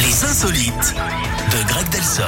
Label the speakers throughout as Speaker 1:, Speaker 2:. Speaker 1: insolites de Greg Delsol.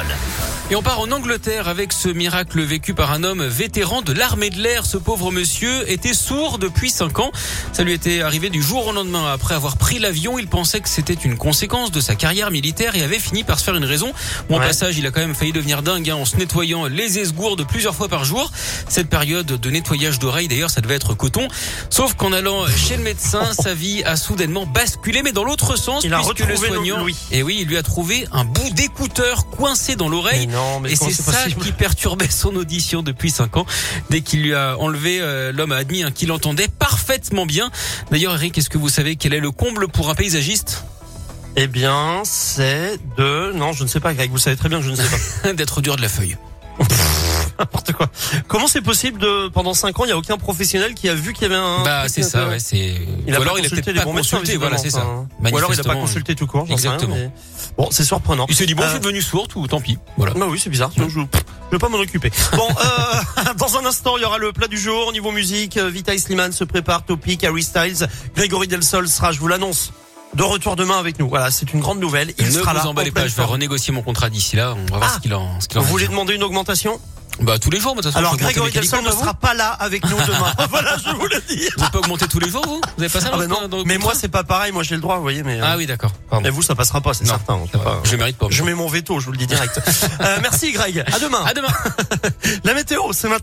Speaker 2: Et on part en Angleterre avec ce miracle vécu par un homme vétéran de l'armée de l'air. Ce pauvre monsieur était sourd depuis 5 ans. Ça lui était arrivé du jour au lendemain. Après avoir pris l'avion, il pensait que c'était une conséquence de sa carrière militaire et avait fini par se faire une raison. Bon, au
Speaker 3: Ouais.
Speaker 2: passage, il a quand même failli devenir dingue hein, en se nettoyant les esgourdes plusieurs fois par jour. Cette période de nettoyage d'oreilles, d'ailleurs, ça devait être coton. Sauf qu'en allant chez le médecin, sa vie a soudainement basculé, mais dans l'autre sens,
Speaker 3: Il a
Speaker 2: puisque le
Speaker 3: retrouvé
Speaker 2: soignant...
Speaker 3: Louis.
Speaker 2: Et oui, il lui a trouvé un bout d'écouteur coincé dans l'oreille.
Speaker 3: Mais non, mais
Speaker 2: Et
Speaker 3: comment
Speaker 2: c'est ça
Speaker 3: possible
Speaker 2: qui perturbait son audition depuis 5 ans. Dès qu'il lui a enlevé, euh, l'homme a admis hein, qu'il entendait parfaitement bien. D'ailleurs, Eric, est-ce que vous savez quel est le comble pour un paysagiste
Speaker 3: Eh bien, c'est de... Non, je ne sais pas, Greg, vous savez très bien que je ne sais pas.
Speaker 2: D'être dur de la feuille.
Speaker 3: N'importe quoi. Comment c'est possible de... Pendant 5 ans, il n'y a aucun professionnel qui a vu qu'il y avait un... euh,
Speaker 2: bah, c'est ça, ouais, c'est.
Speaker 3: Il a
Speaker 2: Ou
Speaker 3: pas
Speaker 2: alors, il a
Speaker 3: consulté
Speaker 2: peut-être
Speaker 3: les
Speaker 2: pas
Speaker 3: bons médecins,
Speaker 2: consulté, voilà, c'est ça.
Speaker 3: visiblement, enfin. hein. Ou alors il n'a pas
Speaker 2: Manifestement,
Speaker 3: consulté tout court, j'en sais rien,
Speaker 2: Exactement.
Speaker 3: mais- Bon, c'est surprenant.
Speaker 2: Il s'est dit, bon,
Speaker 3: Euh,
Speaker 2: je suis devenu sourd, ou tant pis. Voilà.
Speaker 3: Bah oui, c'est bizarre. sinon Je, pff, je vais pas m'en occuper. Bon, euh, dans un instant, il y aura le plat du jour. Niveau musique, euh, Vitaly Sliman se prépare, Topic, Harry Styles, Grégory Delsol sera, je vous l'annonce, de retour demain avec nous. Voilà, c'est une grande nouvelle. Il
Speaker 2: ne
Speaker 3: sera
Speaker 2: vous
Speaker 3: là.
Speaker 2: emballez
Speaker 3: en
Speaker 2: pas,
Speaker 3: pleine
Speaker 2: je vais
Speaker 3: forme.
Speaker 2: renégocier mon contrat d'ici là. On va voir
Speaker 3: Ah.
Speaker 2: ce qu'il en, ce qu'il en
Speaker 3: Vous
Speaker 2: est.
Speaker 3: voulez demander une augmentation
Speaker 2: Bah, tous les jours, moi, de toute façon.
Speaker 3: Alors
Speaker 2: je vais augmenter
Speaker 3: Grégory
Speaker 2: mes
Speaker 3: bah, Delsol ne
Speaker 2: calicots, moi,
Speaker 3: sera pas là avec nous demain. Ah, voilà, je vous le dis.
Speaker 2: Vous Vous pouvez pas augmenter tous les jours, vous Vous avez pas ça
Speaker 3: Ah
Speaker 2: dans
Speaker 3: bah
Speaker 2: le-
Speaker 3: non,
Speaker 2: dans le
Speaker 3: mais moi
Speaker 2: contrat
Speaker 3: c'est pas pareil, moi j'ai le droit, vous voyez, mais, euh,
Speaker 2: Ah oui, d'accord. Pardon.
Speaker 3: mais vous ça passera pas, c'est
Speaker 2: Non,
Speaker 3: certain. on
Speaker 2: Ça
Speaker 3: peut
Speaker 2: va,
Speaker 3: pas-
Speaker 2: Je mérite pas.
Speaker 3: Je mets mon veto, je vous le dis direct. Euh, merci Greg, à demain.
Speaker 2: À demain.
Speaker 3: La météo, c'est maintenant.